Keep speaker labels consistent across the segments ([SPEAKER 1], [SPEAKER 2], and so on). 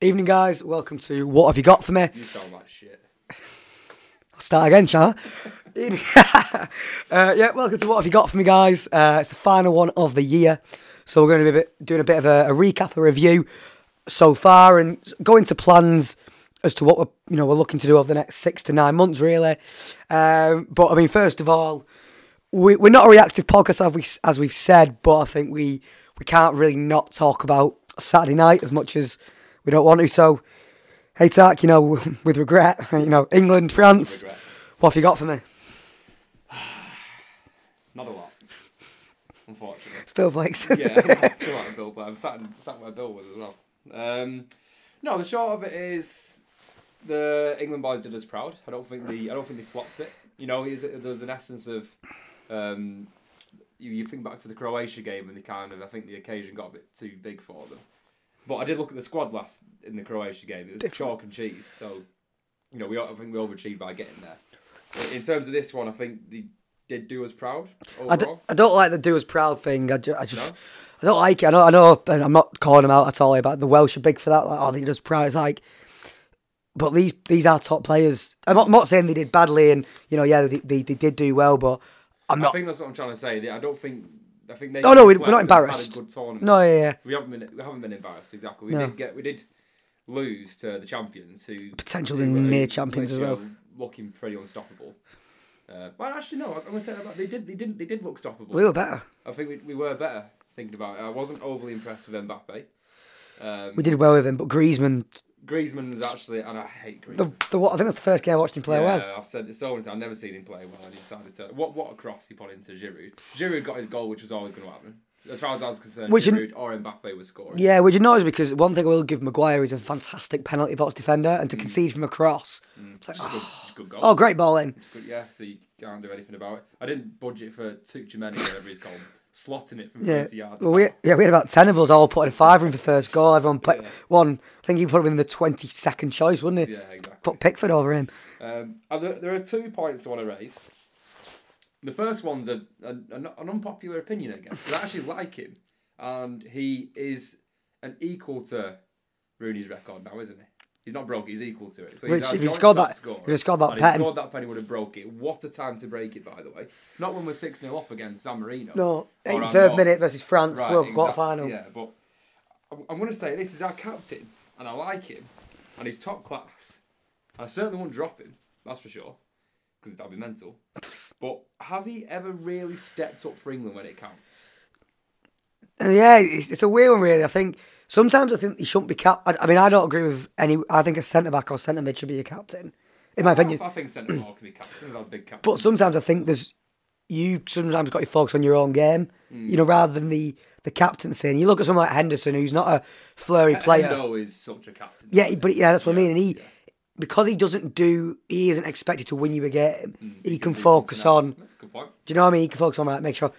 [SPEAKER 1] Evening, guys. Welcome to What Have You Got For Me?
[SPEAKER 2] You sound like shit.
[SPEAKER 1] I'll start again, shall I? uh, yeah, welcome to What Have You Got For Me, guys. Uh, it's the final one of the year. So we're going to be a bit, doing a bit of a, a recap, a review so far and go into plans as to what we're, you know, we're looking to do over the next six to nine months, really. Um, but, I mean, first of all, we, we're not a reactive podcast, as, we, as we've said, but I think we, we can't really not talk about Saturday night as much as we don't want to. So, hey, Tark, you know, with regret, you know, England, France,
[SPEAKER 2] regret.
[SPEAKER 1] what have you got for me?
[SPEAKER 2] Not a lot. Unfortunately.
[SPEAKER 1] Bill Blake's.
[SPEAKER 2] Yeah, I feel like a Bill, but I'm sat, sat where Bill was as well. Um, no, the short of it is the England boys did us proud. I don't think the I don't think they flopped it. You know, is it- there's an essence of um, you, you think back to the Croatia game and the kind of I think the occasion got a bit too big for them. But I did look at the squad last in the Croatia game. It was chalk and cheese. So you know, we I think we overachieved by getting there. In terms of this one, I think they did do us proud overall.
[SPEAKER 1] I, do, not like the do us proud thing. I, ju- I just.
[SPEAKER 2] No?
[SPEAKER 1] I don't like it. I know, I know, and I'm not calling them out at all. But the Welsh are big for that. Like, oh, they do us proud. It's like, but these these are top players. I'm not, I'm not saying they did badly, and you know, yeah, they, they, they did do well, but I'm
[SPEAKER 2] I
[SPEAKER 1] not.
[SPEAKER 2] think that's what I'm trying to say. They- I don't think. I think they.
[SPEAKER 1] Oh, no, we- we're
[SPEAKER 2] reflect
[SPEAKER 1] not
[SPEAKER 2] that they've had a
[SPEAKER 1] embarrassed.
[SPEAKER 2] good tournament.
[SPEAKER 1] No, yeah, yeah,
[SPEAKER 2] we haven't been. We haven't been embarrassed exactly. We
[SPEAKER 1] No.
[SPEAKER 2] did get. We did lose to the champions who
[SPEAKER 1] Potentially
[SPEAKER 2] who were-
[SPEAKER 1] near champions as well.
[SPEAKER 2] who were Looking pretty unstoppable. Uh, well, actually, no. I'm going to take that back. They did. They didn't. They did look stoppable.
[SPEAKER 1] we were better.
[SPEAKER 2] I think we, we were better. Thinking about it, I wasn't overly impressed with Mbappe. Um,
[SPEAKER 1] We did well with him, but Griezmann.
[SPEAKER 2] Griezmann's actually, and I hate Griezmann.
[SPEAKER 1] The, the what? I think that's the first game I watched him play
[SPEAKER 2] yeah,
[SPEAKER 1] well.
[SPEAKER 2] I've said it so many times. I've never seen him play well, and he decided to. What what a cross he put into Giroud. Giroud got his goal, which was always going to happen. As far as I was concerned,
[SPEAKER 1] Which in-
[SPEAKER 2] Giroud or Mbappe was scoring.
[SPEAKER 1] Yeah, which annoys me because one thing I will give Maguire is a fantastic penalty box defender, and to
[SPEAKER 2] Mm.
[SPEAKER 1] concede from a cross, it's like,
[SPEAKER 2] It's a good, it's a good goal.
[SPEAKER 1] oh, great ball in.
[SPEAKER 2] It's good, yeah, so you can't do anything about it. I didn't budget for Tukchumeni, whatever he's called, slotting it from
[SPEAKER 1] Yeah.
[SPEAKER 2] 30 yards.
[SPEAKER 1] Well, we,
[SPEAKER 2] out.
[SPEAKER 1] yeah, we had about 10 of us all putting a five in for first goal. Everyone put
[SPEAKER 2] Yeah.
[SPEAKER 1] one. I think he put him in the 22nd choice, wouldn't he?
[SPEAKER 2] Yeah, exactly.
[SPEAKER 1] Put Pickford over him.
[SPEAKER 2] Um, and there, there are two points I want to raise. The first one's a, a, an an unpopular opinion, I guess, 'cause I actually like him. And he is an equal to Rooney's record now, isn't he? He's not broke, he's equal to it. So
[SPEAKER 1] Which,
[SPEAKER 2] he's our
[SPEAKER 1] if he
[SPEAKER 2] joint
[SPEAKER 1] scored
[SPEAKER 2] top
[SPEAKER 1] that-
[SPEAKER 2] scorer.
[SPEAKER 1] if he scored that
[SPEAKER 2] And
[SPEAKER 1] pen-
[SPEAKER 2] he scored that penny, would have broke it. What a time to break it, by the way. Not when we're 6 0 up against San Marino.
[SPEAKER 1] No,
[SPEAKER 2] Or our
[SPEAKER 1] 83rd
[SPEAKER 2] North-
[SPEAKER 1] minute versus France,
[SPEAKER 2] Right,
[SPEAKER 1] World
[SPEAKER 2] exact-
[SPEAKER 1] Quarter Final.
[SPEAKER 2] Yeah, but I'm- I'm going to say this is our captain, and I like him, and he's top class, and I certainly won't drop him. That's for sure, because that'd be mental. But has he ever really stepped up for England when it counts?
[SPEAKER 1] And yeah, it's, it's a weird one, really. I think sometimes I think he shouldn't be cap. I, I mean, I don't agree with any. I think a centre back or centre mid should be your captain, in my opinion.
[SPEAKER 2] I, I think centre forward can be captain. He's a big captain.
[SPEAKER 1] But sometimes I think there's you sometimes got to focus on your own game,
[SPEAKER 2] Hmm.
[SPEAKER 1] you know, rather than the the captaincy. And you look at someone like Henderson, who's not a flurry player.
[SPEAKER 2] Endo is such a captain.
[SPEAKER 1] Yeah, but yeah, that's what I
[SPEAKER 2] Yeah,
[SPEAKER 1] mean. And he,
[SPEAKER 2] yeah.
[SPEAKER 1] because he doesn't do, he isn't expected to win you a game.
[SPEAKER 2] Mm-hmm.
[SPEAKER 1] he, can, focus on. Do
[SPEAKER 2] Good point.
[SPEAKER 1] you know what I mean? He can focus on that. Make sure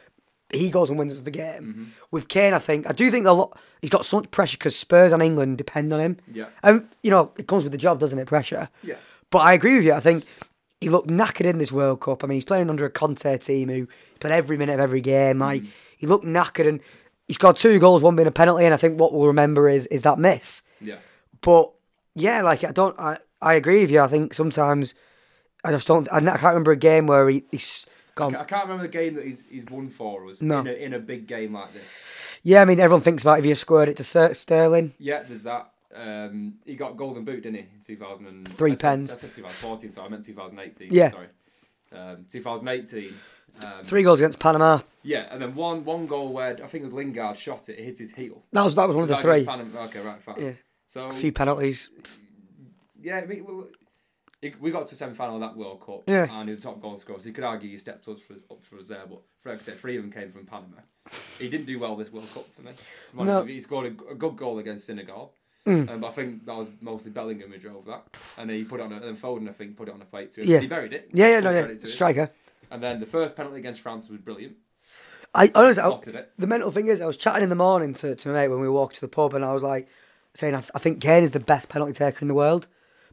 [SPEAKER 1] he goes and wins the game.
[SPEAKER 2] Mm-hmm.
[SPEAKER 1] With Kane, I think I do think a lot. He's got so much pressure because Spurs and England depend on him.
[SPEAKER 2] Yeah.
[SPEAKER 1] and you know it comes with the job, doesn't it? Pressure.
[SPEAKER 2] Yeah.
[SPEAKER 1] But I agree with you. I think he looked knackered in this World Cup. I mean, he's playing under a Conte team who played every minute of every game. Like
[SPEAKER 2] Mm-hmm.
[SPEAKER 1] he looked knackered, and he scored two goals, one being a penalty. And I think what we'll remember is is that miss.
[SPEAKER 2] Yeah.
[SPEAKER 1] But yeah, like I don't, I, I agree with you. I think sometimes I just don't. I, I can't remember a game where he, he's gone.
[SPEAKER 2] I can't remember the game that he's, he's won for us
[SPEAKER 1] No.
[SPEAKER 2] in, a, in a big game like this.
[SPEAKER 1] Yeah, I mean everyone thinks about if you squared it to Sir Sterling.
[SPEAKER 2] Yeah, there's that. Um, he got golden boot, didn't he? In 2000 and
[SPEAKER 1] Three
[SPEAKER 2] I said-
[SPEAKER 1] pens.
[SPEAKER 2] I said 2014, so I meant 2018.
[SPEAKER 1] Yeah.
[SPEAKER 2] Sorry. Um, 2018. Um,
[SPEAKER 1] Three goals against Panama.
[SPEAKER 2] yeah, and then one one goal where I think it was Lingard shot it, it hit his heel.
[SPEAKER 1] That was that was one of the
[SPEAKER 2] Was that
[SPEAKER 1] three.
[SPEAKER 2] against Panama? Okay, right, fine.
[SPEAKER 1] Yeah.
[SPEAKER 2] So
[SPEAKER 1] A few penalties.
[SPEAKER 2] yeah, we, we, it- we got to semi final of that World Cup.
[SPEAKER 1] Yeah.
[SPEAKER 2] And he's the top goal scorer, so you could argue he stepped up for us, up for us there. But for, like I said, three of them came from Panama. He didn't do well this World Cup for me. to be honest
[SPEAKER 1] No. Mm.
[SPEAKER 2] with you. He scored a g- a, good goal against Senegal. Um, but I think that was mostly Bellingham who drove that, and then he put it on. A, and then Foden, I think, put it on a plate too.
[SPEAKER 1] Yeah.
[SPEAKER 2] He buried it.
[SPEAKER 1] Yeah, yeah, no,
[SPEAKER 2] Full
[SPEAKER 1] yeah.
[SPEAKER 2] credit to him.
[SPEAKER 1] Striker.
[SPEAKER 2] And then the first penalty against France was brilliant.
[SPEAKER 1] I honestly, I,
[SPEAKER 2] Slotted it.
[SPEAKER 1] the mental thing is, I was chatting in the morning to, to my mate when we walked to the pub, and I was like saying, I, th- I think Kane is the best penalty taker in the world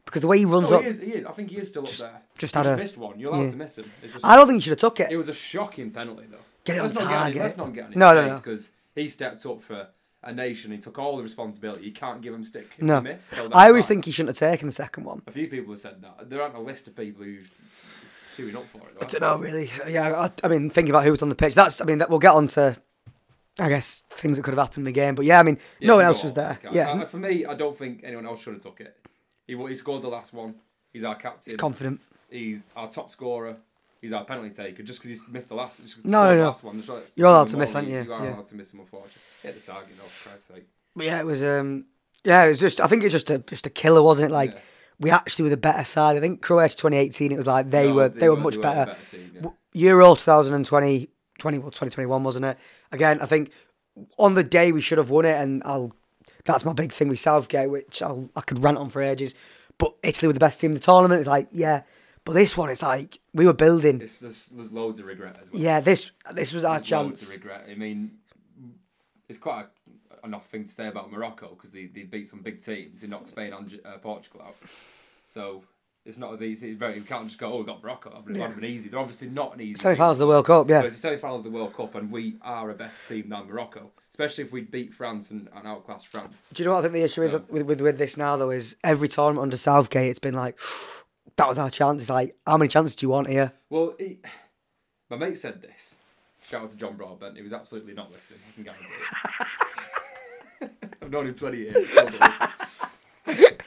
[SPEAKER 1] because the way he runs
[SPEAKER 2] Oh,
[SPEAKER 1] up,
[SPEAKER 2] he is. He is. I think he is still up there.
[SPEAKER 1] just
[SPEAKER 2] He's
[SPEAKER 1] had a-
[SPEAKER 2] missed one. You're allowed
[SPEAKER 1] yeah.
[SPEAKER 2] to miss him. It's just,
[SPEAKER 1] I don't think he should have took it.
[SPEAKER 2] It was a shocking penalty, though.
[SPEAKER 1] Get it
[SPEAKER 2] let's
[SPEAKER 1] on
[SPEAKER 2] not Get
[SPEAKER 1] target.
[SPEAKER 2] on, let's not get on his
[SPEAKER 1] No, no, no.
[SPEAKER 2] Because he stepped up for a nation. He took all the responsibility. You can't give him stick if
[SPEAKER 1] No.
[SPEAKER 2] you miss. So that's
[SPEAKER 1] I always
[SPEAKER 2] fine.
[SPEAKER 1] think he shouldn't have taken the second one.
[SPEAKER 2] a few people have said that. There aren't a list of people who queuing up for it.
[SPEAKER 1] I
[SPEAKER 2] Though.
[SPEAKER 1] don't know really. Yeah, I, I mean, thinking about who was on the pitch. That's. I mean, that we'll get on to. I guess things that could have happened in the game, but yeah, I mean,
[SPEAKER 2] Yeah,
[SPEAKER 1] no one
[SPEAKER 2] you
[SPEAKER 1] else
[SPEAKER 2] got
[SPEAKER 1] was
[SPEAKER 2] all
[SPEAKER 1] there.
[SPEAKER 2] the cap-
[SPEAKER 1] Yeah,
[SPEAKER 2] Uh, for me, I don't think anyone else should have took it. He wa- he scored the last one. He's our captain.
[SPEAKER 1] confident.
[SPEAKER 2] he's our top scorer. He's our penalty taker. Just because he's missed the last, just 'cause he
[SPEAKER 1] No,
[SPEAKER 2] scored
[SPEAKER 1] no,
[SPEAKER 2] the
[SPEAKER 1] no.
[SPEAKER 2] last one. Just like-
[SPEAKER 1] You're allowed
[SPEAKER 2] the
[SPEAKER 1] to miss,
[SPEAKER 2] more
[SPEAKER 1] aren't you?
[SPEAKER 2] You are
[SPEAKER 1] Yeah.
[SPEAKER 2] allowed to miss him, unfortunately. Hit the target, though, for Christ's sake.
[SPEAKER 1] But yeah, it was. um Yeah, it was just. I think it was just a just a killer, wasn't it? Like
[SPEAKER 2] Yeah.
[SPEAKER 1] we actually were the better side. I think Croatia 2018. It was like they
[SPEAKER 2] No,
[SPEAKER 1] were they, were, much
[SPEAKER 2] Oh, they
[SPEAKER 1] better.
[SPEAKER 2] a team, yeah.
[SPEAKER 1] W- Euro 2020, 20, well, 2021, wasn't it? Again, I think on the day we should have won it, and I'll that's my big thing with Southgate, which I'll, I could rant on for ages. But Italy were the best team in the tournament. It's like, yeah. But this one, it's like we were building.
[SPEAKER 2] It's, there's, there's loads of regret as well.
[SPEAKER 1] Yeah, this this was our
[SPEAKER 2] There's Loads of
[SPEAKER 1] chance.
[SPEAKER 2] regret. I mean, it's quite a, an off thing to say about Morocco because they, they beat some big teams. They knocked Spain and uh, Portugal out. So it's not as easy. It's very, you can't just go, oh, we got Morocco. That would have been easy. They're obviously not an easy
[SPEAKER 1] Semi
[SPEAKER 2] team.
[SPEAKER 1] finals of the World Cup, yeah.
[SPEAKER 2] But it's the semi-finals of the World Cup, and we are a better team than Morocco, especially if we beat France and, and outclass France.
[SPEAKER 1] Do you know what I think the issue is
[SPEAKER 2] So-
[SPEAKER 1] with, with with this now though is every tournament under Southgate, it's been like that was our chance. It's like how many chances do you want here?
[SPEAKER 2] Well, he, my mate said this. Shout out to John Broadbent. He was absolutely not listening. I can guarantee it. I've known him twenty years. he's still not listening.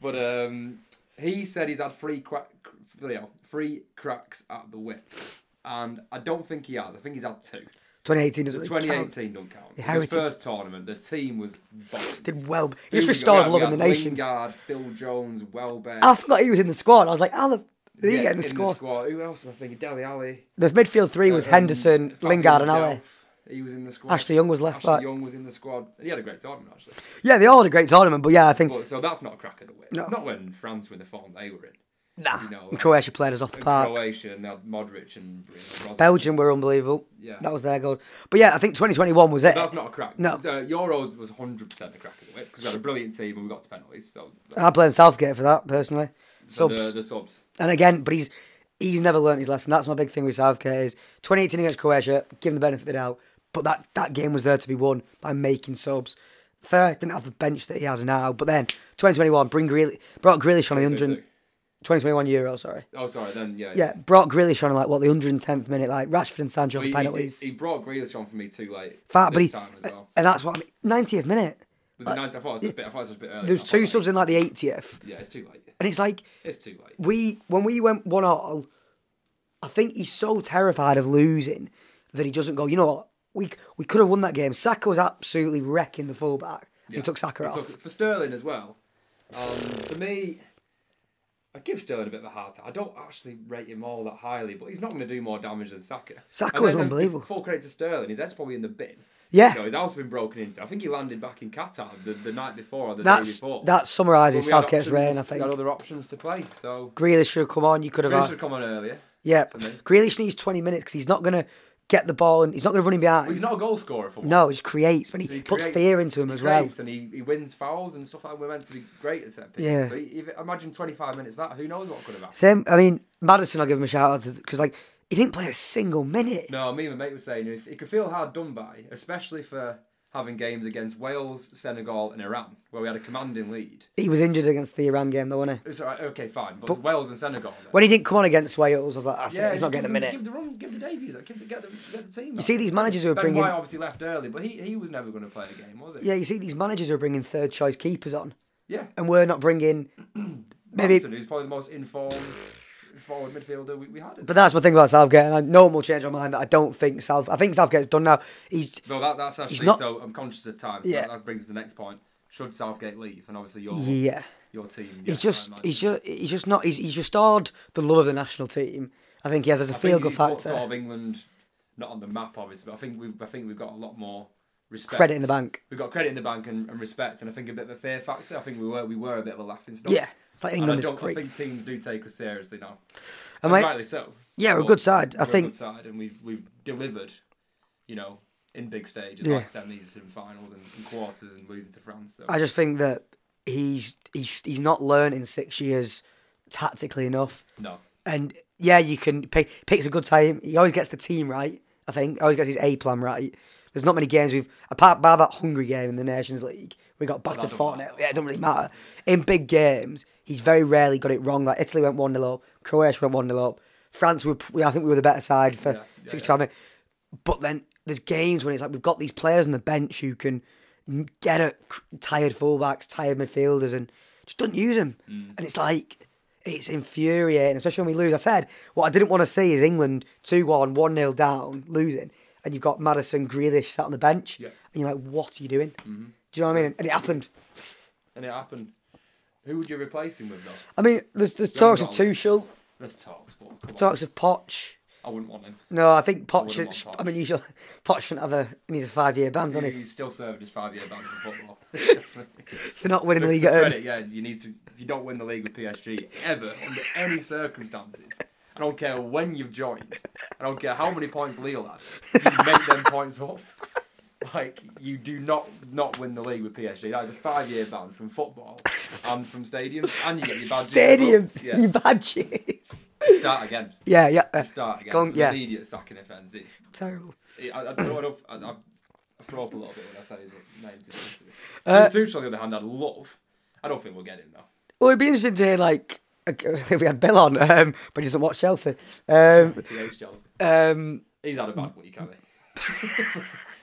[SPEAKER 2] but um, he said he's had three crack, you know, three cracks at the whip, and I don't think he has. I think he's had two.
[SPEAKER 1] 2018 doesn't
[SPEAKER 2] The
[SPEAKER 1] really count.
[SPEAKER 2] 2018 don't count.
[SPEAKER 1] The
[SPEAKER 2] His
[SPEAKER 1] Heritage-
[SPEAKER 2] first tournament, the team was bonkers.
[SPEAKER 1] Did well. He
[SPEAKER 2] Who
[SPEAKER 1] just
[SPEAKER 2] we
[SPEAKER 1] restored
[SPEAKER 2] got?
[SPEAKER 1] love
[SPEAKER 2] We
[SPEAKER 1] in the
[SPEAKER 2] had
[SPEAKER 1] nation.
[SPEAKER 2] Lingard, Phil Jones, Welbeck.
[SPEAKER 1] I forgot he was in the squad. I was like, how the did he
[SPEAKER 2] Yeah,
[SPEAKER 1] get in the squad?
[SPEAKER 2] Who else am I thinking? Deli Alley.
[SPEAKER 1] The, midfield three was Henderson, Lingard, and
[SPEAKER 2] Um, Delph.
[SPEAKER 1] Ali.
[SPEAKER 2] He was in the squad.
[SPEAKER 1] Ashley Young was left
[SPEAKER 2] Ashley
[SPEAKER 1] back.
[SPEAKER 2] Young was in the squad. He had a great tournament actually.
[SPEAKER 1] Yeah, they all had a great tournament, but yeah, I think
[SPEAKER 2] But so that's not a crack of the whip.
[SPEAKER 1] No.
[SPEAKER 2] Not when France were in the form they were in.
[SPEAKER 1] nah.
[SPEAKER 2] you know,
[SPEAKER 1] and Croatia played us off the
[SPEAKER 2] And
[SPEAKER 1] park.
[SPEAKER 2] Croatia and now Modric and Brozovic.
[SPEAKER 1] Belgium were unbelievable.
[SPEAKER 2] Yeah.
[SPEAKER 1] That was their goal. But yeah, I think 2021 was it.
[SPEAKER 2] That's not a crack.
[SPEAKER 1] No.
[SPEAKER 2] Uh, Euros was 100% a crack of the whip because we had a brilliant team and we got to penalties. So
[SPEAKER 1] I blame Southgate for that personally. Uh, Subs.
[SPEAKER 2] The, the subs.
[SPEAKER 1] And again, but he's he's never learned his lesson. That's my big thing with Southgate is 2018 against Croatia, give him the benefit of the doubt. But that, that game was there to be won by making subs. Fair, didn't have the bench that he has now. But then 2021, bring Grealish, brought Grealish on the 100, 2021 Euro, sorry.
[SPEAKER 2] Oh, sorry. Then yeah.
[SPEAKER 1] Yeah, brought Grealish on like what the 110th minute, like Rashford and Sancho
[SPEAKER 2] He,
[SPEAKER 1] for
[SPEAKER 2] he-
[SPEAKER 1] penalties.
[SPEAKER 2] he brought Grealish on for me too late.
[SPEAKER 1] Fat, but he,
[SPEAKER 2] this time as well.
[SPEAKER 1] and that's what I mean. 90th minute.
[SPEAKER 2] Was it 90? I thought it was a bit, I thought it was a bit early.
[SPEAKER 1] There's
[SPEAKER 2] I
[SPEAKER 1] two
[SPEAKER 2] thought,
[SPEAKER 1] subs in like the 80th,
[SPEAKER 2] Yeah, it's too late.
[SPEAKER 1] and it's like
[SPEAKER 2] It's too late.
[SPEAKER 1] we when we went one all, I think he's so terrified of losing that he doesn't go. You know what? We we could have won that game. Saka was absolutely wrecking the fullback. He
[SPEAKER 2] Yeah.
[SPEAKER 1] took Saka
[SPEAKER 2] He
[SPEAKER 1] off.
[SPEAKER 2] took it for Sterling as well. Um, for me, I give Sterling a bit of a hard time. I don't actually rate him all that highly, but he's not going to do more damage than Saka.
[SPEAKER 1] Saka
[SPEAKER 2] And
[SPEAKER 1] was
[SPEAKER 2] then, um,
[SPEAKER 1] unbelievable.
[SPEAKER 2] Full credit to Sterling. His head's probably in the bin.
[SPEAKER 1] Yeah.
[SPEAKER 2] You know, his house has been broken into. I think he landed back in Qatar the, the night before or the day
[SPEAKER 1] That's
[SPEAKER 2] before.
[SPEAKER 1] that
[SPEAKER 2] When
[SPEAKER 1] summarises
[SPEAKER 2] we had
[SPEAKER 1] Southgate's
[SPEAKER 2] options-
[SPEAKER 1] reign. I
[SPEAKER 2] We had
[SPEAKER 1] think
[SPEAKER 2] other options to play, so
[SPEAKER 1] Grealish should have come on. You could have.
[SPEAKER 2] Grealish
[SPEAKER 1] had-
[SPEAKER 2] should have come on earlier.
[SPEAKER 1] yeah.
[SPEAKER 2] me.
[SPEAKER 1] Grealish needs 20 minutes because he's not gonna get the ball and he's not gonna run him behind.
[SPEAKER 2] He's not a goal scorer for one.
[SPEAKER 1] no, he just creates, but he,
[SPEAKER 2] he
[SPEAKER 1] puts
[SPEAKER 2] creates-
[SPEAKER 1] fear into him
[SPEAKER 2] he
[SPEAKER 1] as well.
[SPEAKER 2] creates and he, he wins fouls and stuff like that. We're meant to be great at set pieces.
[SPEAKER 1] Yeah.
[SPEAKER 2] So if, imagine 25 minutes of that, who knows what could have happened.
[SPEAKER 1] Same. I mean, Madison. I'll give him a shout out because like he didn't play a single minute.
[SPEAKER 2] No, me and my mate was saying if it could feel hard done by, especially for having games against Wales, Senegal, and Iran, where we had a commanding lead.
[SPEAKER 1] He was injured against the Iran game, though, wasn't he?
[SPEAKER 2] It's all right, okay, fine, but, Wales and Senegal. Then.
[SPEAKER 1] When he didn't come on against Wales, I was like, that's it, he's
[SPEAKER 2] just
[SPEAKER 1] not getting a
[SPEAKER 2] give
[SPEAKER 1] minute.
[SPEAKER 2] them- Give the run, give the debuts, like, give the, get, the, get the team.
[SPEAKER 1] You see these managers who are
[SPEAKER 2] Ben
[SPEAKER 1] bringing,
[SPEAKER 2] White obviously left early, but he, he was never going to play the game, was it?
[SPEAKER 1] yeah, you see these managers who are bringing third choice keepers on,
[SPEAKER 2] Yeah.
[SPEAKER 1] and we're not bringing. Maybe-
[SPEAKER 2] Matson, who's probably the most informed forward midfielder we, we had.
[SPEAKER 1] But that's my thing about Southgate, and I, no one will change my mind that I don't think South. I think Southgate's done now. He's
[SPEAKER 2] No, that, that's actually
[SPEAKER 1] not-
[SPEAKER 2] so. I'm conscious of time. So
[SPEAKER 1] Yeah.
[SPEAKER 2] that, that brings us to the next point. Should Southgate leave? And obviously your
[SPEAKER 1] yeah.
[SPEAKER 2] your team.
[SPEAKER 1] He's just he's just he's just not he's, he's restored the love of the national team. I think he has as a feel good
[SPEAKER 2] Sort
[SPEAKER 1] factor.
[SPEAKER 2] of England, not on the map obviously, but I think we've I think we've got a lot more respect.
[SPEAKER 1] Credit in the bank.
[SPEAKER 2] We've got credit in the bank and, and respect, and I think a bit of a fear factor. I think we were we were a bit of a laughing stock.
[SPEAKER 1] Yeah, it's like
[SPEAKER 2] And I,
[SPEAKER 1] England is
[SPEAKER 2] don't, I
[SPEAKER 1] great.
[SPEAKER 2] think teams do take us seriously now.
[SPEAKER 1] And
[SPEAKER 2] And
[SPEAKER 1] mate-
[SPEAKER 2] rightly so.
[SPEAKER 1] Yeah, we're a
[SPEAKER 2] But
[SPEAKER 1] good side. I
[SPEAKER 2] we're a
[SPEAKER 1] think-
[SPEAKER 2] good side, and we've we've delivered. You know, in big stages
[SPEAKER 1] Yeah.
[SPEAKER 2] like semis and finals and, and quarters and losing to France. So.
[SPEAKER 1] I just think that he's he's he's not learned in six years tactically enough.
[SPEAKER 2] no.
[SPEAKER 1] And yeah, you can pick picks a good time. He always gets the team right. I think always gets his A plan right. There's not many games we've apart by that hungry game in the Nations League. We got battered
[SPEAKER 2] don't
[SPEAKER 1] for it.
[SPEAKER 2] matter.
[SPEAKER 1] Yeah, it doesn't really matter. In big games, he's very rarely got it wrong. Like Italy went one 0 up, Croatia went one 0 up, France were we, I think we were the better side for
[SPEAKER 2] Yeah, yeah,
[SPEAKER 1] 65 minutes. But then there's games when it's like we've got these players on the bench who can m- get at cr- tired fullbacks, tired midfielders, and just don't use them.
[SPEAKER 2] Mm.
[SPEAKER 1] And it's like it's infuriating, especially when we lose. I said what I didn't want to see is England 2-1, 1-0 down, losing, and you've got Madison Grealish sat on the bench,
[SPEAKER 2] Yeah. Mm-hmm.
[SPEAKER 1] and you're like, what are you doing? Do you know what I mean? And it happened.
[SPEAKER 2] and it happened. Who would you replace him with though?
[SPEAKER 1] I mean, there's there's talks of
[SPEAKER 2] wrong.
[SPEAKER 1] Tuchel,
[SPEAKER 2] Let's talk. Sport. Come on.
[SPEAKER 1] talks of Poch.
[SPEAKER 2] I wouldn't want him.
[SPEAKER 1] No, I think
[SPEAKER 2] wouldn't
[SPEAKER 1] Poch. Should,
[SPEAKER 2] want Poch.
[SPEAKER 1] I mean, you should, Poch shouldn't have a he needs a five year ban, don't
[SPEAKER 2] He-
[SPEAKER 1] he?
[SPEAKER 2] He's still serving his five-year ban for football.
[SPEAKER 1] They're not winning the league at home.
[SPEAKER 2] Credit, yeah, you need to. If you don't win the league with PSG ever under any circumstances, I don't care when you've joined. I don't care how many points Lille had. You make them points up. Like you do not not win the league with PSG. That is a five-year ban from football and from stadiums, and you get your badges.
[SPEAKER 1] Stadiums,
[SPEAKER 2] Yeah,
[SPEAKER 1] your badges.
[SPEAKER 2] start again.
[SPEAKER 1] Yeah, yeah, uh,
[SPEAKER 2] Start again.
[SPEAKER 1] Gone-
[SPEAKER 2] it's
[SPEAKER 1] yeah.
[SPEAKER 2] an immediate sacking offence. It's
[SPEAKER 1] terrible.
[SPEAKER 2] I, I, I, don't- I, I, I throw up a little bit when I say his name. To be
[SPEAKER 1] Uh,
[SPEAKER 2] honest with you. Tuchel, on the other hand, I'd love. I don't think we'll get him though.
[SPEAKER 1] Well, it'd be interesting to hear like if we had Bill on, um, but he doesn't watch Chelsea. Um,
[SPEAKER 2] He hates Chelsea.
[SPEAKER 1] um,
[SPEAKER 2] He's had a bad week, hasn't he?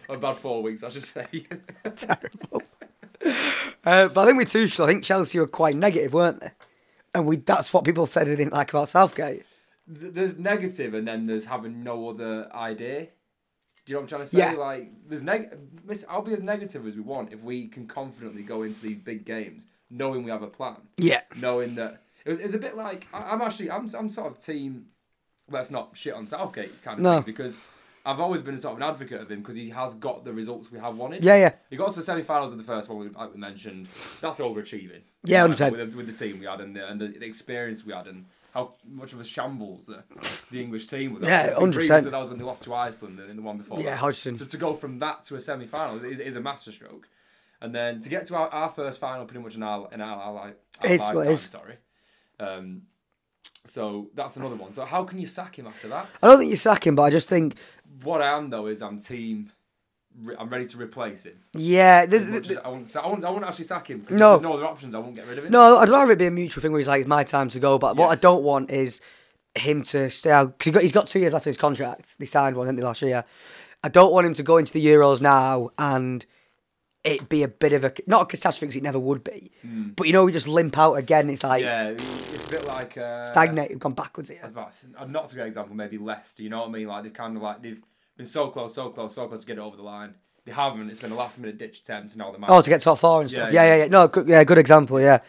[SPEAKER 2] a bad four weeks, I should say.
[SPEAKER 1] terrible. uh, but I think with Tuchel, I think Chelsea were quite negative, weren't they? And we that's what people said they didn't like about Southgate.
[SPEAKER 2] Th- there's negative, and then there's having no other idea. Do you know what I'm trying to say?
[SPEAKER 1] Yeah.
[SPEAKER 2] Like, there's neg. listen, I'll be as negative as we want if we can confidently go into these big games knowing we have a plan.
[SPEAKER 1] Yeah,
[SPEAKER 2] knowing that it was, it was a bit like I, I'm actually I'm I'm sort of team. Let's not shit on Southgate kind of
[SPEAKER 1] No.
[SPEAKER 2] thing because I've always been sort of an advocate of him because he has got the results we have wanted.
[SPEAKER 1] yeah, yeah.
[SPEAKER 2] He got us to the semi-finals of the first one, like we mentioned. That's overachieving.
[SPEAKER 1] Yeah,
[SPEAKER 2] Like,
[SPEAKER 1] 100%.
[SPEAKER 2] with, the, with the team we had and the, and the, the experience we had and how much of a shambles the, the English team was.
[SPEAKER 1] Yeah,
[SPEAKER 2] I think
[SPEAKER 1] 100%.
[SPEAKER 2] previously That was when they lost to Iceland in the one before.
[SPEAKER 1] Yeah, Hodgson.
[SPEAKER 2] So to go from that to a semi-final is, is a masterstroke, and then to get to our, our first final pretty much in our in our, our, li- our
[SPEAKER 1] It's what it
[SPEAKER 2] lifetime,
[SPEAKER 1] is.
[SPEAKER 2] Sorry. Um, so that's another one. So how can you sack him after that?
[SPEAKER 1] I don't think you sack him, but I just think
[SPEAKER 2] What I am though is I'm team. re- I'm ready to replace him.
[SPEAKER 1] yeah. th-
[SPEAKER 2] As
[SPEAKER 1] th-
[SPEAKER 2] much as I won't, sa- I won't, I won't actually sack him. 'cause
[SPEAKER 1] No.
[SPEAKER 2] There's no other options. I won't get rid of him.
[SPEAKER 1] No, I'd rather it be a mutual thing where he's like, it's my time to go. But what I
[SPEAKER 2] Yes.
[SPEAKER 1] don't want is him to stay out because he's got, he's got two years left in his contract. They signed one, didn't they, last year? I don't want him to go into the Euros now and it be a bit of a not a catastrophe because it never would be. But you know, we just limp out again. It's like
[SPEAKER 2] Hmm. Yeah, it's a bit like uh,
[SPEAKER 1] stagnate. We've gone backwards
[SPEAKER 2] I
[SPEAKER 1] here.
[SPEAKER 2] was about to say- uh, not a good example. Maybe Leicester. You know what I mean? Like they've kind of like they've been so close, so close, so close to get it over the line. They haven't. It's been a last minute ditch attempt, and all the
[SPEAKER 1] Oh, to get top four and stuff. Yeah,
[SPEAKER 2] Yeah,
[SPEAKER 1] yeah,
[SPEAKER 2] yeah.
[SPEAKER 1] yeah. No, good, yeah, good example. Yeah.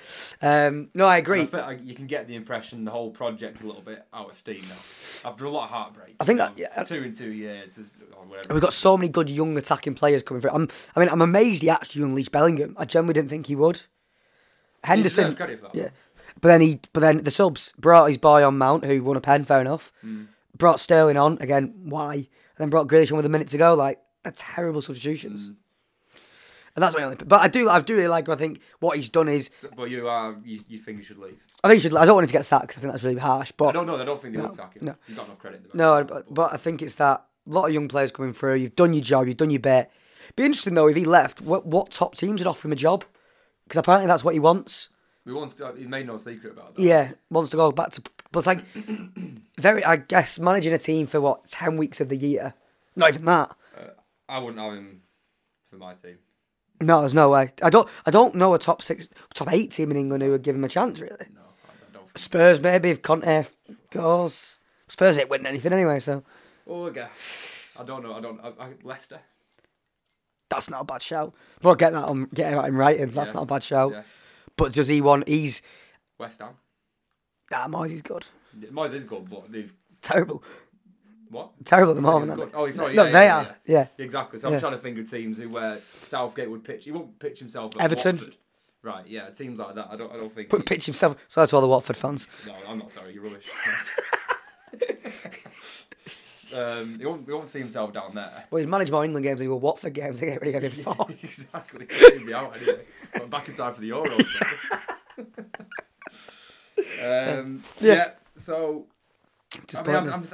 [SPEAKER 1] Um, no, I agree.
[SPEAKER 2] I feel like you can get the impression the whole project's a little bit out of steam now. After a lot of heartbreak. I
[SPEAKER 1] think that- yeah.
[SPEAKER 2] two in two years is- or whatever.
[SPEAKER 1] We've got so many good young attacking players coming through. I'm, I mean, I'm amazed he actually unleashed Bellingham. I generally didn't think he would.
[SPEAKER 2] He deserves
[SPEAKER 1] Henderson,
[SPEAKER 2] credit for that.
[SPEAKER 1] yeah. But then he, but then the subs brought his boy on Mount, who won a pen, fair enough.
[SPEAKER 2] Hmm.
[SPEAKER 1] Brought Sterling on again. Why? And then brought Grealish on with a minute to go. Like, they're terrible substitutions.
[SPEAKER 2] Hmm.
[SPEAKER 1] And that's my only. But I do, I do really like. him. I think what he's done is,
[SPEAKER 2] So- But you are you, you think you should leave?
[SPEAKER 1] I think he should. I don't want him to get sacked. I think that's really harsh. But
[SPEAKER 2] I don't know. I don't think they would sack him.
[SPEAKER 1] no.
[SPEAKER 2] You've got enough credit. in the
[SPEAKER 1] No,
[SPEAKER 2] back.
[SPEAKER 1] but, but I think it's that a lot of young players coming through. You've done your job. You've done your bit. Be interesting though if he left. What what top teams would offer him a job? Because apparently that's what he wants.
[SPEAKER 2] we once he made no secret about that.
[SPEAKER 1] Yeah, wants to go back to. But it's like very, I guess, managing a team for what ten weeks of the year. Not even that.
[SPEAKER 2] I wouldn't have him for my team.
[SPEAKER 1] No, there's no way. I don't. I don't know a top six, top eight team in England who would give him a chance. Really,
[SPEAKER 2] No, I I don't. Think.
[SPEAKER 1] Spurs maybe if Conte goes. Spurs ain't winning anything anyway, so
[SPEAKER 2] Oh, I guess. I don't know. I don't. I, I, Leicester.
[SPEAKER 1] that's not a bad shout. But get that on, get it out in writing. That's
[SPEAKER 2] Yeah.
[SPEAKER 1] not a bad shout.
[SPEAKER 2] Yeah.
[SPEAKER 1] But does he want? He's
[SPEAKER 2] West Ham.
[SPEAKER 1] Ah, Moyes is good.
[SPEAKER 2] Moyes is good, but they've
[SPEAKER 1] Terrible,
[SPEAKER 2] what?
[SPEAKER 1] terrible at the
[SPEAKER 2] He's
[SPEAKER 1] moment.
[SPEAKER 2] good.
[SPEAKER 1] aren't they?
[SPEAKER 2] Oh, sorry.
[SPEAKER 1] no,
[SPEAKER 2] yeah,
[SPEAKER 1] they
[SPEAKER 2] yeah,
[SPEAKER 1] are.
[SPEAKER 2] Yeah.
[SPEAKER 1] Yeah.
[SPEAKER 2] Exactly. So I'm
[SPEAKER 1] Yeah.
[SPEAKER 2] trying to think of teams who where Southgate would pitch. He won't pitch himself. At
[SPEAKER 1] Everton.
[SPEAKER 2] Watford. Right. Yeah. Teams like that. I don't. I don't think.
[SPEAKER 1] Put pitch himself. Sorry to all the Watford fans.
[SPEAKER 2] No, I'm not sorry. You're rubbish. um, he won't. He won't see himself down there.
[SPEAKER 1] Well, he'd manage more England games than he would Watford games. They get rid of him for.
[SPEAKER 2] exactly. He'd be out anyway. But back in time for the Euros. um,
[SPEAKER 1] Yeah.
[SPEAKER 2] yeah. So I mean, I'm, I'm,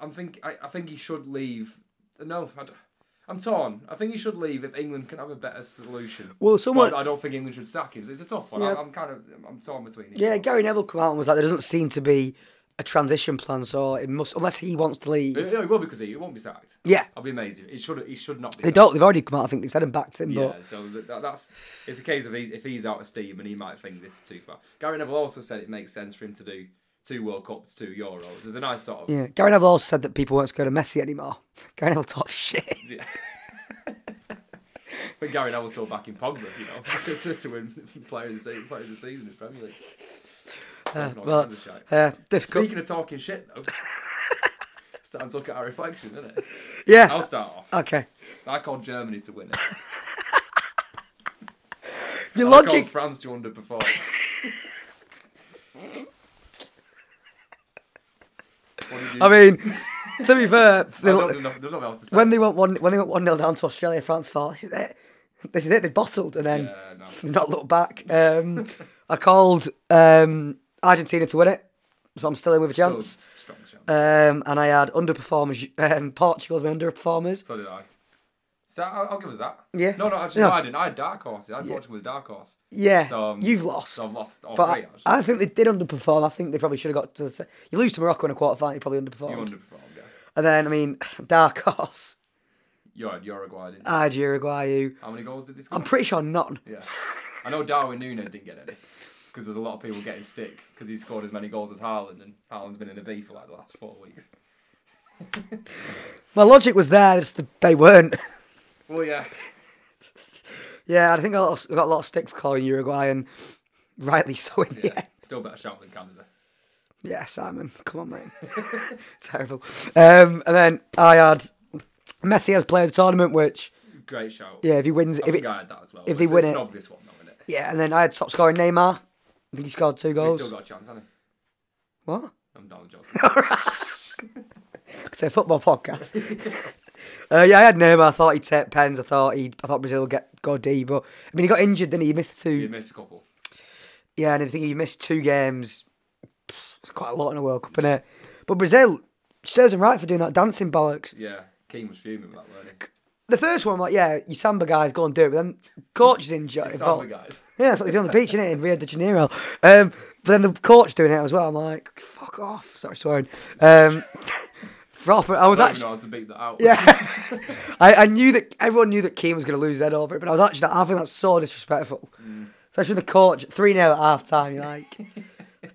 [SPEAKER 2] I'm think I, I think he should leave. No, I don't, I'm torn. I think he should leave if England can have a better solution.
[SPEAKER 1] Well, someone.
[SPEAKER 2] But I don't think England should sack him. It's a tough one.
[SPEAKER 1] Yeah.
[SPEAKER 2] I, I'm kind of I'm torn between. each
[SPEAKER 1] Yeah,
[SPEAKER 2] one.
[SPEAKER 1] Gary Neville come out and was like, there doesn't seem to be a transition plan, so it must unless he wants to leave.
[SPEAKER 2] It, it will because he, he won't be sacked.
[SPEAKER 1] Yeah.
[SPEAKER 2] I'll be amazed. If, he should he should not be.
[SPEAKER 1] They
[SPEAKER 2] sacked.
[SPEAKER 1] don't. They've already come out. I think they've said and backed him,
[SPEAKER 2] Yeah,
[SPEAKER 1] but
[SPEAKER 2] so th- that, that's it's a case of he's, if he's out of steam and he might think this is too far. Gary Neville also said it makes sense for him to do two World Cups, two Euros. There's a nice sort of
[SPEAKER 1] yeah. Gary Neville also said that people weren't scared of Messi anymore. Gary Neville talked shit.
[SPEAKER 2] But Gary Neville's still back in Pogba, you know, to, to win player of the season, player of the season in Premier League. Taking all
[SPEAKER 1] well,
[SPEAKER 2] kinds of shite.
[SPEAKER 1] Uh, difficult.
[SPEAKER 2] Speaking of talking shit, though, it's time to look at our reflection, isn't it?
[SPEAKER 1] yeah.
[SPEAKER 2] I'll start off.
[SPEAKER 1] Okay.
[SPEAKER 2] I called Germany to win it.
[SPEAKER 1] Your
[SPEAKER 2] I called
[SPEAKER 1] logic.
[SPEAKER 2] France to underperform. What did you-
[SPEAKER 1] I mean, to be fair,
[SPEAKER 2] I
[SPEAKER 1] they,
[SPEAKER 2] don't- there's, no, there's nothing else to say.
[SPEAKER 1] when they went one when they went one 0 down to Australia, France fell. This is it. This is it. They bottled and then
[SPEAKER 2] Yeah, Uh, no.
[SPEAKER 1] they've not looked back. Um, I called um, Argentina to win it, so I'm still in with a
[SPEAKER 2] Still a
[SPEAKER 1] chance.
[SPEAKER 2] Strong chance.
[SPEAKER 1] Um, and I had underperformers. Um, Portugal's my underperformers.
[SPEAKER 2] so did I. So I'll, I'll give us that.
[SPEAKER 1] Yeah.
[SPEAKER 2] No, no, actually,
[SPEAKER 1] No.
[SPEAKER 2] no, I didn't. I had dark horses. I had Portugal with dark horse.
[SPEAKER 1] Yeah,
[SPEAKER 2] So, um,
[SPEAKER 1] you've lost.
[SPEAKER 2] So I've lost all
[SPEAKER 1] but
[SPEAKER 2] three,
[SPEAKER 1] I,
[SPEAKER 2] actually.
[SPEAKER 1] I think they did underperform. I think they probably should have got to the. se- You lose to Morocco in a quarter final, you probably
[SPEAKER 2] You
[SPEAKER 1] underperformed.
[SPEAKER 2] underperformed, yeah.
[SPEAKER 1] And then I mean, dark horse.
[SPEAKER 2] You had Uruguay, didn't you?
[SPEAKER 1] I had Uruguay. who-
[SPEAKER 2] How many goals did this
[SPEAKER 1] I'm
[SPEAKER 2] score?
[SPEAKER 1] pretty sure none.
[SPEAKER 2] Yeah. I know Darwin Nunes didn't get any. Because there's a lot of people getting stick because he scored as many goals as Haaland, and Haaland's been in a B for like the last four weeks.
[SPEAKER 1] My logic was there. It's the, they weren't.
[SPEAKER 2] Well, yeah.
[SPEAKER 1] yeah, I think I lost- I got a lot of stick for calling Uruguay, and rightly so in the
[SPEAKER 2] Yeah.
[SPEAKER 1] end.
[SPEAKER 2] Still better shout than Canada.
[SPEAKER 1] Yeah, Simon, come on, mate. Terrible. Um, and then I had Messi as player of the tournament, which
[SPEAKER 2] Great shout.
[SPEAKER 1] yeah, if he wins,
[SPEAKER 2] I
[SPEAKER 1] if
[SPEAKER 2] think
[SPEAKER 1] it,
[SPEAKER 2] I had that as well.
[SPEAKER 1] if
[SPEAKER 2] but
[SPEAKER 1] they
[SPEAKER 2] it's,
[SPEAKER 1] win
[SPEAKER 2] it's
[SPEAKER 1] it-
[SPEAKER 2] an obvious one, though, isn't it?
[SPEAKER 1] Yeah, and then I had top scorer Neymar. I think he scored two
[SPEAKER 2] We
[SPEAKER 1] goals.
[SPEAKER 2] still got a chance, haven't we?
[SPEAKER 1] What?
[SPEAKER 2] I'm down joking.
[SPEAKER 1] It's a football podcast. uh, yeah, I had Neymar. I thought he'd take pens. I thought he. I thought Brazil would get go D, but I mean he got injured. Then he He missed the two.
[SPEAKER 2] You
[SPEAKER 1] Yeah,
[SPEAKER 2] missed a couple.
[SPEAKER 1] and I think he missed two games. It's quite a lot in a World Cup, innit? But Brazil serves him right for doing that dancing bollocks.
[SPEAKER 2] Yeah. Keane was fuming with that, weren't
[SPEAKER 1] The first one, I'm like, yeah, you samba guys, go and do it. But then coach is injured.
[SPEAKER 2] he?
[SPEAKER 1] involved.
[SPEAKER 2] Samba guys.
[SPEAKER 1] Yeah, that's what they do on the beach, isn't it, in Rio de Janeiro? Um, but then the coach doing it as well. I'm like, fuck off. Sorry, swearing. Um, proper. I was
[SPEAKER 2] I don't
[SPEAKER 1] actually.
[SPEAKER 2] even know how to beat that out.
[SPEAKER 1] Yeah. I, I knew that everyone knew that Keane was going to lose head over it, but I was actually like, I think that's so disrespectful.
[SPEAKER 2] Mm.
[SPEAKER 1] Especially with the coach, 3 0 at half time, you're like,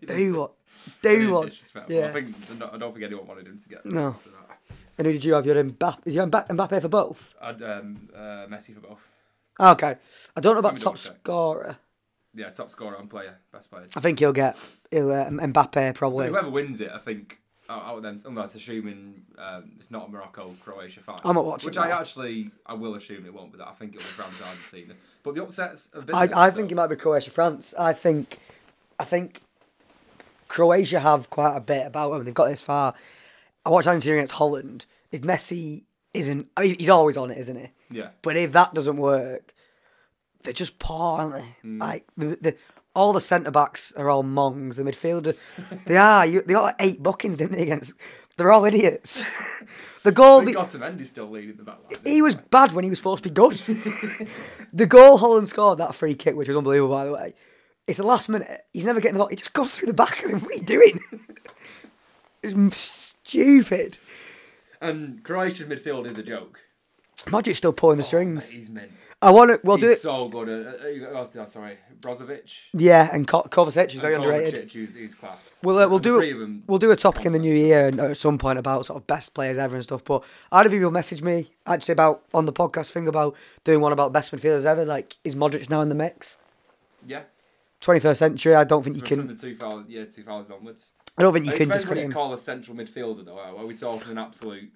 [SPEAKER 1] do what?
[SPEAKER 2] It is
[SPEAKER 1] Do what?
[SPEAKER 2] disrespectful.
[SPEAKER 1] Yeah.
[SPEAKER 2] I think I don't think anyone wanted him to get.
[SPEAKER 1] No.
[SPEAKER 2] for that.
[SPEAKER 1] And who did you have? You had Mbappe, is you Mbappe, Mbappe for both?
[SPEAKER 2] I'd um, uh, Messi for both.
[SPEAKER 1] Ah, Okay. I don't know about
[SPEAKER 2] me
[SPEAKER 1] top
[SPEAKER 2] double check.
[SPEAKER 1] scorer.
[SPEAKER 2] Yeah, top scorer and player, best player.
[SPEAKER 1] I think he'll get he'll, uh, Mbappe probably.
[SPEAKER 2] Whoever wins it, I think out, out of them, unless assuming um, it's not a Morocco Croatia final.
[SPEAKER 1] I'm not watching
[SPEAKER 2] Which
[SPEAKER 1] that.
[SPEAKER 2] I actually I will assume it won't be that. I think it'll be France Argentina. But the upsets have been.
[SPEAKER 1] I,
[SPEAKER 2] there,
[SPEAKER 1] I
[SPEAKER 2] so-
[SPEAKER 1] think it might be Croatia France. I think I think Croatia have quite a bit about them. They've got this far. I watched Argentina against Holland. If Messi isn't, I mean, he's always on it, isn't he?
[SPEAKER 2] Yeah.
[SPEAKER 1] But if that doesn't work, they're just poor, aren't they? Like the, the, all the centre backs are all mongs. The midfielders, they are. You, they got like eight bookings, didn't they? Against they're all idiots. the goal,
[SPEAKER 2] We've
[SPEAKER 1] the,
[SPEAKER 2] got Otamendi still leading the back line.
[SPEAKER 1] he was bad when he was supposed to be good. the goal Holland scored, that free kick, which was unbelievable, by the way. It's the last minute. He's never getting the ball. He just goes through the back of him. What are you doing? it's m- stupid.
[SPEAKER 2] And Croatia's midfield is a joke.
[SPEAKER 1] Magic's still pulling the strings.
[SPEAKER 2] He's mint.
[SPEAKER 1] I want to. We'll do
[SPEAKER 2] Oh, He's
[SPEAKER 1] it.
[SPEAKER 2] so good. Uh, uh, who else did I- sorry, Brozovic.
[SPEAKER 1] Yeah, and Ko- Kovacic is very
[SPEAKER 2] and
[SPEAKER 1] underrated.
[SPEAKER 2] Kovacic, who's, who's class.
[SPEAKER 1] We'll, uh, we'll
[SPEAKER 2] And the
[SPEAKER 1] do
[SPEAKER 2] three of them.
[SPEAKER 1] it. We'll do a topic in the new year and uh, at some point about sort of best players ever and stuff. But I'd have people message me actually about on the podcast thing about doing one about best midfielders ever. Like, is Modric now in the mix?
[SPEAKER 2] yeah.
[SPEAKER 1] 21st century. I don't think you
[SPEAKER 2] From,
[SPEAKER 1] can.
[SPEAKER 2] from the 2000, yeah, 2000 onwards.
[SPEAKER 1] I don't think you
[SPEAKER 2] It
[SPEAKER 1] can
[SPEAKER 2] depends what
[SPEAKER 1] discredit
[SPEAKER 2] you
[SPEAKER 1] him.
[SPEAKER 2] call a central midfielder, though. Are we talking an absolute?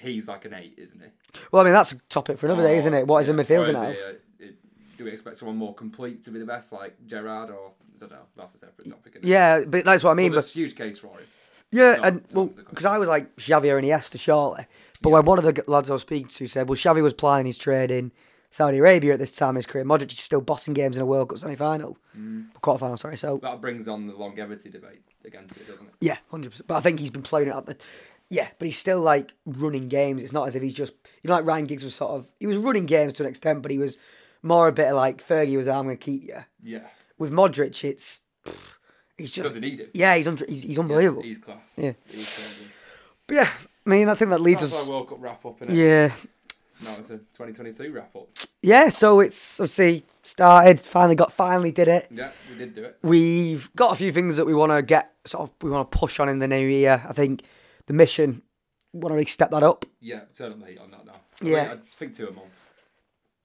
[SPEAKER 2] He's like an eight, isn't he?
[SPEAKER 1] Well, I mean, that's a topic for another day, isn't it? What is
[SPEAKER 2] Yeah,
[SPEAKER 1] a midfielder
[SPEAKER 2] or
[SPEAKER 1] now?
[SPEAKER 2] is he, uh, it- do we expect someone more complete to be the best, like Gerard, or I don't know? That's a separate topic. Isn't it?
[SPEAKER 1] Yeah, but that's what I
[SPEAKER 2] Well,
[SPEAKER 1] mean.
[SPEAKER 2] there's a huge case for him.
[SPEAKER 1] but yeah,
[SPEAKER 2] no,
[SPEAKER 1] and
[SPEAKER 2] it's
[SPEAKER 1] well,
[SPEAKER 2] not the
[SPEAKER 1] because I was like Xavi and Iniesta, shortly. But when one of the g- lads I was speaking to said, well, Xavi was plying his trade in Saudi Arabia at this time in his career. Modric is still bossing games in a World Cup semi final.
[SPEAKER 2] Mm.
[SPEAKER 1] Quarter final, sorry. So,
[SPEAKER 2] That brings on the longevity debate against it, doesn't it?
[SPEAKER 1] yeah, 100%. But I think he's been playing it at the. Yeah, but he's still like running games. It's not as if he's just you know like Ryan Giggs was sort of he was running games to an extent, but he was more a bit of like Fergie was I'm going to keep you.
[SPEAKER 2] Yeah,
[SPEAKER 1] With Modric, it's pff, he's
[SPEAKER 2] because
[SPEAKER 1] just
[SPEAKER 2] they need him.
[SPEAKER 1] yeah he's un- he's, he's unbelievable.
[SPEAKER 2] He's class.
[SPEAKER 1] Yeah.
[SPEAKER 2] He's crazy.
[SPEAKER 1] But yeah, I mean I think that leads
[SPEAKER 2] That's our
[SPEAKER 1] us.
[SPEAKER 2] World Cup wrap up, innit?
[SPEAKER 1] Yeah,
[SPEAKER 2] No, it's a 2022 wrap up.
[SPEAKER 1] yeah. So it's obviously started. Finally got. Finally did it.
[SPEAKER 2] Yeah, we did do it.
[SPEAKER 1] We've got a few things that we want to get sort of we want to push on in the new year. I think the mission want to really step that up.
[SPEAKER 2] Yeah, turn up the heat on that now.
[SPEAKER 1] Yeah.
[SPEAKER 2] I think two a month.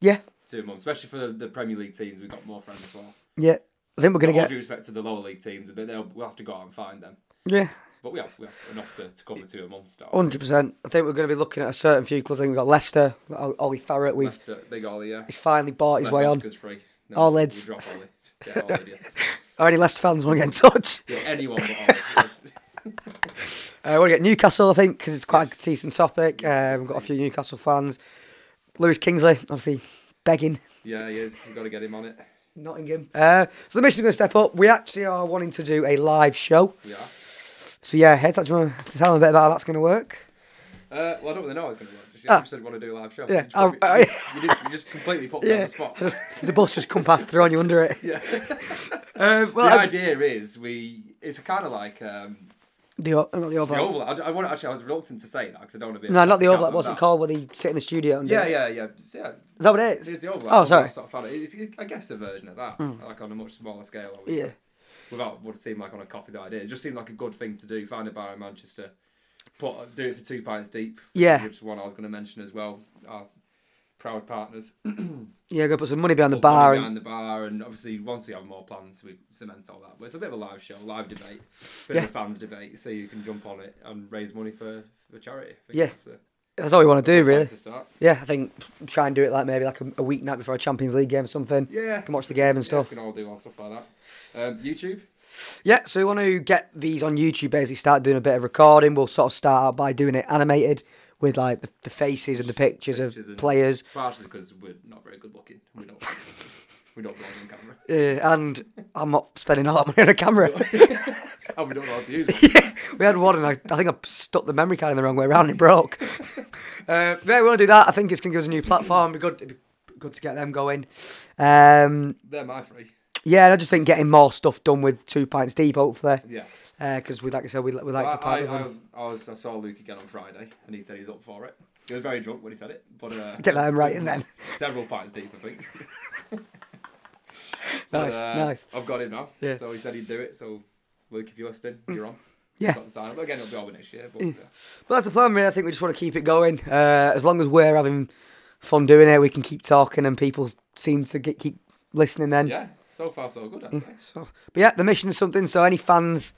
[SPEAKER 1] Yeah,
[SPEAKER 2] Two a month, especially for the, the Premier League teams. We've got more friends as well.
[SPEAKER 1] yeah. I think we're gonna
[SPEAKER 2] With
[SPEAKER 1] get
[SPEAKER 2] all due respect to the lower league teams, they- they'll, we'll have to go out and find them.
[SPEAKER 1] yeah.
[SPEAKER 2] But we have, we have enough to, to cover two a month. Start.
[SPEAKER 1] Hundred percent. I think we're going to be looking at a certain few clubs. I think we've got Leicester, we've got Ollie Farrett. We've
[SPEAKER 2] Leicester, big Ollie, yeah.
[SPEAKER 1] he's finally bought his
[SPEAKER 2] Unless
[SPEAKER 1] way on.
[SPEAKER 2] Oscar's free. No,
[SPEAKER 1] All
[SPEAKER 2] we
[SPEAKER 1] Eds.
[SPEAKER 2] drop Ollie. Yeah, all Ed, yeah.
[SPEAKER 1] Are any Leicester fans want to get in touch?
[SPEAKER 2] Yeah, anyone but Ollie.
[SPEAKER 1] Uh, want to get Newcastle, I think, because it's quite
[SPEAKER 2] Yes.
[SPEAKER 1] a decent topic. Uh, we've got a few Newcastle fans. Lewis Kingsley, obviously, begging
[SPEAKER 2] yeah, he is. We've got to get him on it.
[SPEAKER 1] Nottingham. Uh, so the mission's going to step up. We actually are wanting to do a live show.
[SPEAKER 2] We are.
[SPEAKER 1] So yeah, heads up, do you want to tell them a bit about how that's going to work?
[SPEAKER 2] Uh, well, I don't really know how it's going to work. Just,
[SPEAKER 1] Ah.
[SPEAKER 2] You just said want to do a live show.
[SPEAKER 1] Yeah,
[SPEAKER 2] You, just put
[SPEAKER 1] um,
[SPEAKER 2] me-
[SPEAKER 1] I-
[SPEAKER 2] you, you just, you just completely put me on
[SPEAKER 1] Yeah.
[SPEAKER 2] the spot.
[SPEAKER 1] There's a bus just come past, throwing you under it.
[SPEAKER 2] Yeah.
[SPEAKER 1] Um, well,
[SPEAKER 2] the
[SPEAKER 1] I,
[SPEAKER 2] idea is we. It's kind of like um,
[SPEAKER 1] the, o- not the
[SPEAKER 2] the
[SPEAKER 1] overlap.
[SPEAKER 2] overlap. I, I want actually. I was reluctant to say that because I don't want to be.
[SPEAKER 1] No, not the
[SPEAKER 2] I can't
[SPEAKER 1] overlap.
[SPEAKER 2] do
[SPEAKER 1] What's it
[SPEAKER 2] that.
[SPEAKER 1] called? Where they sit in the studio and do
[SPEAKER 2] Yeah,
[SPEAKER 1] it?
[SPEAKER 2] yeah, yeah. It's- yeah.
[SPEAKER 1] Is that what it is?
[SPEAKER 2] It's the overlap.
[SPEAKER 1] Oh, sorry. Hmm.
[SPEAKER 2] Sort of fan- It's, it's, I guess a version of that, like on a much smaller scale. I would
[SPEAKER 1] Yeah.
[SPEAKER 2] say. Without what it seemed like on a copy the idea, it just seemed like a good thing to do. Find a bar in Manchester, put do it for two pints deep.
[SPEAKER 1] Yeah.
[SPEAKER 2] Which is one I was going to mention as well. Our proud partners.
[SPEAKER 1] Yeah, go put some money behind the
[SPEAKER 2] Put money
[SPEAKER 1] bar. And,
[SPEAKER 2] behind the bar, and obviously once we have more plans, we cement all that. But it's a bit of a live show, live debate, bit
[SPEAKER 1] Yeah.
[SPEAKER 2] of a fans debate, so you can jump on it and raise money for for charity. I think
[SPEAKER 1] Yeah.
[SPEAKER 2] that's a-
[SPEAKER 1] that's all we want to do, really.
[SPEAKER 2] place to start.
[SPEAKER 1] Yeah, I think try and do it like maybe like a, a week night before a Champions League game or something.
[SPEAKER 2] Yeah.
[SPEAKER 1] Can watch the game and
[SPEAKER 2] Yeah, we
[SPEAKER 1] stuff.
[SPEAKER 2] can all do all stuff like that. Um, YouTube.
[SPEAKER 1] Yeah, so we want to get these on YouTube. Basically, start doing a bit of recording. We'll sort of start out by doing it animated with like the, the faces and the pictures of
[SPEAKER 2] Pictures and-
[SPEAKER 1] players.
[SPEAKER 2] Partially because we're not very good looking. We don't. we don't belong on camera.
[SPEAKER 1] Uh, and I'm not spending all that money on a camera.
[SPEAKER 2] And we don't know how to use it.
[SPEAKER 1] we had one, and I, I think I stuck the memory card in the wrong way around. and It broke. Uh, yeah, we want to do that. I think it's gonna give us a new platform. It'd be good. It'd be good to get them going. Um,
[SPEAKER 2] They're my three.
[SPEAKER 1] Yeah, and I just think getting more stuff done with two pints deep, hopefully,
[SPEAKER 2] Yeah.
[SPEAKER 1] because Uh, we like I said, we, we like
[SPEAKER 2] I,
[SPEAKER 1] to
[SPEAKER 2] I,
[SPEAKER 1] partner. with
[SPEAKER 2] I,
[SPEAKER 1] them.
[SPEAKER 2] was, I was. I saw Luke again on Friday, and he said he's up for it. He was very drunk when he said it, but uh,
[SPEAKER 1] Get that in writing then.
[SPEAKER 2] several pints deep, I think. But,
[SPEAKER 1] Nice,
[SPEAKER 2] uh,
[SPEAKER 1] nice.
[SPEAKER 2] I've got him now.
[SPEAKER 1] Yeah. Mm.
[SPEAKER 2] So he said he'd do it. So Luke, if you're listening, you're on.
[SPEAKER 1] Yeah.
[SPEAKER 2] Got the sign up again. It'll be over next year. But uh,
[SPEAKER 1] But that's the plan, really. I think we just want to keep it going. Uh, as long as we're having fun doing it, we can keep talking, and people seem to get, keep listening. Then,
[SPEAKER 2] yeah, so far so good.
[SPEAKER 1] Mm.
[SPEAKER 2] I'd say.
[SPEAKER 1] So, but yeah, the mission is something. So, any fans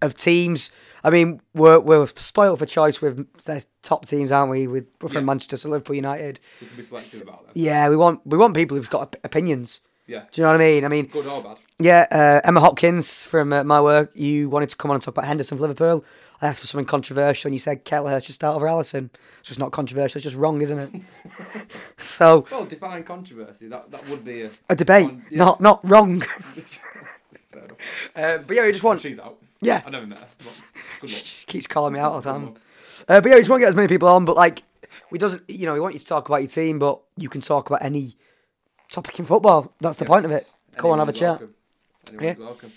[SPEAKER 1] of teams, I mean, we're we're spoiled for choice with their top teams, aren't we? With we're from
[SPEAKER 2] Yeah.
[SPEAKER 1] Manchester, so Liverpool United.
[SPEAKER 2] We can be selective about them.
[SPEAKER 1] Yeah, we want we want people who've got op- opinions.
[SPEAKER 2] Yeah.
[SPEAKER 1] Do you know what I mean? I mean,
[SPEAKER 2] Good or bad.
[SPEAKER 1] Yeah, uh, Emma Hopkins from uh, my work. You wanted to come on and talk about Henderson for Liverpool. I asked for something controversial, and you said Kelleher should start over Allison. It's just not controversial. It's just wrong, isn't it? so
[SPEAKER 2] Well, define controversy. That that would be a.
[SPEAKER 1] a debate,
[SPEAKER 2] On- yeah.
[SPEAKER 1] not not wrong.
[SPEAKER 2] Fair enough.
[SPEAKER 1] uh, but yeah, we just want
[SPEAKER 2] She's out.
[SPEAKER 1] yeah.
[SPEAKER 2] I never met her. But good luck.
[SPEAKER 1] Keeps calling me out all the time. Uh, but yeah, we just want to get as many people on. But like, we doesn't. You know, we want you to talk about your team, but you can talk about any topic in football. That's the point of it. Come on, have a
[SPEAKER 2] Anyone's
[SPEAKER 1] chat.
[SPEAKER 2] welcome. Anyone's welcome.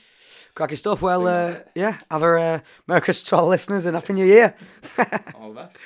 [SPEAKER 1] Cracking stuff. Well,
[SPEAKER 2] Think that's
[SPEAKER 1] uh, yeah. Have a uh, Merry Christmas to all the listeners and Happy New Year.
[SPEAKER 2] All the best.